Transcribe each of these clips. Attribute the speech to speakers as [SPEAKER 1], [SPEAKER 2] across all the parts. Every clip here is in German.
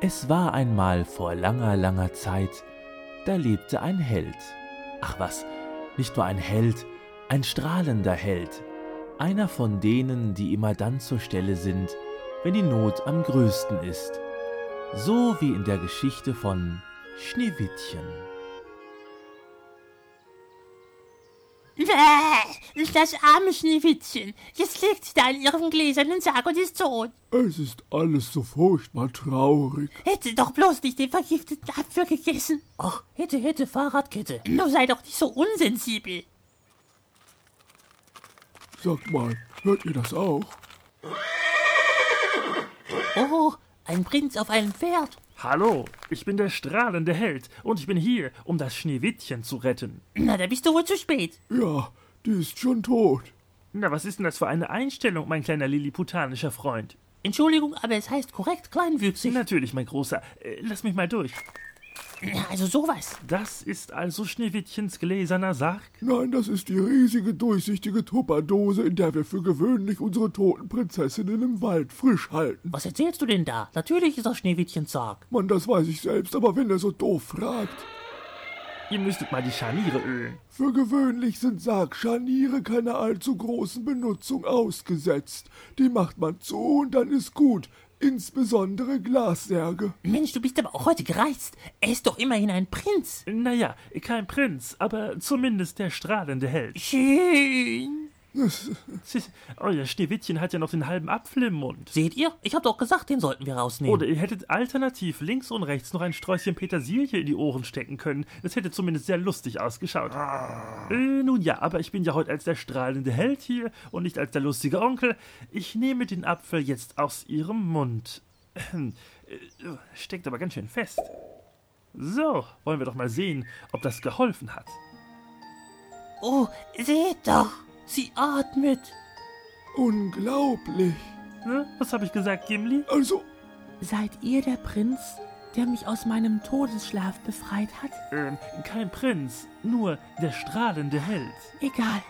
[SPEAKER 1] Es war einmal vor langer, langer Zeit, da lebte ein Held. Ach was, nicht nur ein Held, ein strahlender Held. Einer von denen, die immer dann zur Stelle sind, wenn die Not am größten ist. So wie in der Geschichte von Schneewittchen.
[SPEAKER 2] Bäh, Äh, das arme Schneewittchen. Jetzt liegt sie da in ihrem gläsernen Sarg und ist tot.
[SPEAKER 3] Es ist alles so furchtbar traurig.
[SPEAKER 2] Hätte doch bloß nicht den vergifteten Apfel gegessen.
[SPEAKER 4] Ach, hätte, hätte, Fahrradkette.
[SPEAKER 2] Nur sei doch nicht so unsensibel.
[SPEAKER 3] Sagt mal, hört ihr das auch?
[SPEAKER 2] Oh, ein Prinz auf einem Pferd.
[SPEAKER 5] Hallo, ich bin der strahlende Held und ich bin hier, um das Schneewittchen zu retten.
[SPEAKER 2] Na, da bist du wohl zu spät.
[SPEAKER 3] Ja, die ist schon tot.
[SPEAKER 5] Na, was ist denn das für eine Einstellung, mein kleiner lilliputanischer Freund?
[SPEAKER 2] Entschuldigung, aber es heißt korrekt kleinwüchsig.
[SPEAKER 5] Natürlich, mein Großer. Äh, Lass mich mal durch.
[SPEAKER 2] Na, also sowas.
[SPEAKER 5] Das ist also Schneewittchens gläserner Sarg?
[SPEAKER 3] Nein, das ist die riesige durchsichtige Tupperdose, in der wir für gewöhnlich unsere toten Prinzessinnen im Wald frisch halten.
[SPEAKER 4] Was erzählst du denn da? Natürlich ist das Schneewittchen Sarg.
[SPEAKER 3] Mann, das weiß ich selbst, aber wenn er so doof fragt.
[SPEAKER 5] Ihr müsstet mal die Scharniere ölen.
[SPEAKER 3] Für gewöhnlich sind Sargscharniere keiner allzu großen Benutzung ausgesetzt. Die macht man zu und dann ist gut. Insbesondere Glassärge.
[SPEAKER 2] Mensch, du bist aber auch heute gereizt. Er ist doch immerhin ein Prinz.
[SPEAKER 5] Naja, kein Prinz, aber zumindest der strahlende Held.
[SPEAKER 2] Schön.
[SPEAKER 5] Tsch, Euer Schneewittchen hat ja noch den halben Apfel im Mund.
[SPEAKER 4] Seht ihr? Ich hab doch gesagt, den sollten wir
[SPEAKER 2] Hm.
[SPEAKER 4] rausnehmen.
[SPEAKER 5] Oder ihr hättet alternativ links und rechts noch ein Sträußchen Petersilie in die Ohren stecken können. Das hätte zumindest sehr lustig ausgeschaut. Äh, nun ja, aber ich bin ja heute als der strahlende Held hier und nicht als der lustige Onkel. Ich nehme den Apfel jetzt aus ihrem Mund. Äh, Steckt aber ganz schön fest. So, wollen wir doch mal sehen, ob das geholfen hat.
[SPEAKER 2] Oh, seht doch. Sie atmet.
[SPEAKER 3] Unglaublich.
[SPEAKER 5] Ne? Was habe ich gesagt, Gimli?
[SPEAKER 3] Also,
[SPEAKER 6] Seid ihr der Prinz, der mich aus meinem Todesschlaf befreit hat?
[SPEAKER 5] Ähm, kein Prinz, nur der strahlende Held.
[SPEAKER 6] Egal.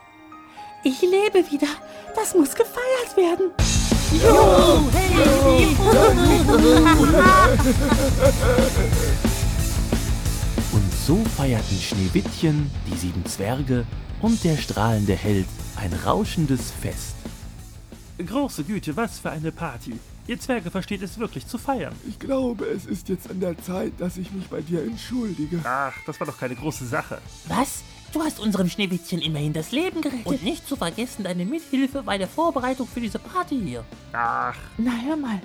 [SPEAKER 6] Ich lebe wieder. Das muss gefeiert werden.
[SPEAKER 1] Und so feierten Schneewittchen, die sieben Zwerge und der strahlende Held ein rauschendes Fest.
[SPEAKER 5] Große Güte, was für eine Party. Ihr Zwerge versteht es wirklich zu feiern.
[SPEAKER 3] ich glaube, es ist jetzt an der Zeit, dass ich mich bei dir entschuldige.
[SPEAKER 5] Ach, das war doch keine große Sache.
[SPEAKER 2] Was? Du hast unserem Schneewittchen immerhin das Leben gerettet. Und nicht zu vergessen deine Mithilfe bei der Vorbereitung für diese Party hier.
[SPEAKER 5] Ach,
[SPEAKER 6] Na hör mal,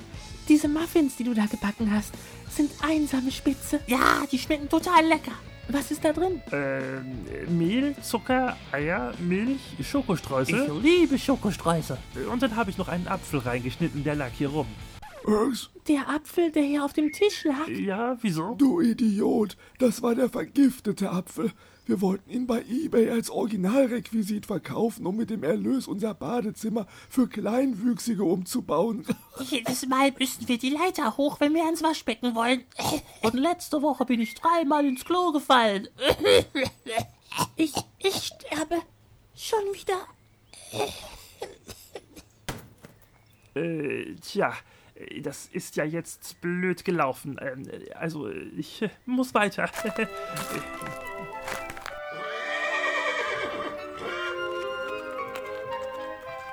[SPEAKER 6] diese Muffins, die du da gebacken hast, sind einsame Spitze.
[SPEAKER 2] Ja, die schmecken total lecker.
[SPEAKER 6] Was ist da drin?
[SPEAKER 5] ähm, Mehl, Zucker, Eier, Milch, Schokostreusel.
[SPEAKER 2] Ich liebe Schokostreusel.
[SPEAKER 5] Und dann habe ich noch einen Apfel reingeschnitten, der lag hier rum.
[SPEAKER 3] Was?
[SPEAKER 6] Der Apfel, der hier auf dem Tisch lag.
[SPEAKER 5] Ja, wieso?
[SPEAKER 3] Du Idiot, das war der vergiftete Apfel. Wir wollten ihn bei eBay als Originalrequisit verkaufen, um mit dem Erlös unser Badezimmer für Kleinwüchsige umzubauen.
[SPEAKER 2] Jedes Mal müssen wir die Leiter hoch, wenn wir ans Waschbecken wollen.
[SPEAKER 4] Und letzte Woche bin ich dreimal ins Klo gefallen.
[SPEAKER 6] Ich, ich sterbe. Schon wieder.
[SPEAKER 5] Äh, tja, äh, das ist ja jetzt blöd gelaufen. Ähm, äh, Also, äh, ich äh, muss weiter.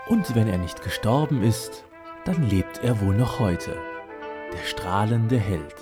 [SPEAKER 1] Und wenn er nicht gestorben ist, dann lebt er wohl noch heute. Der strahlende Held.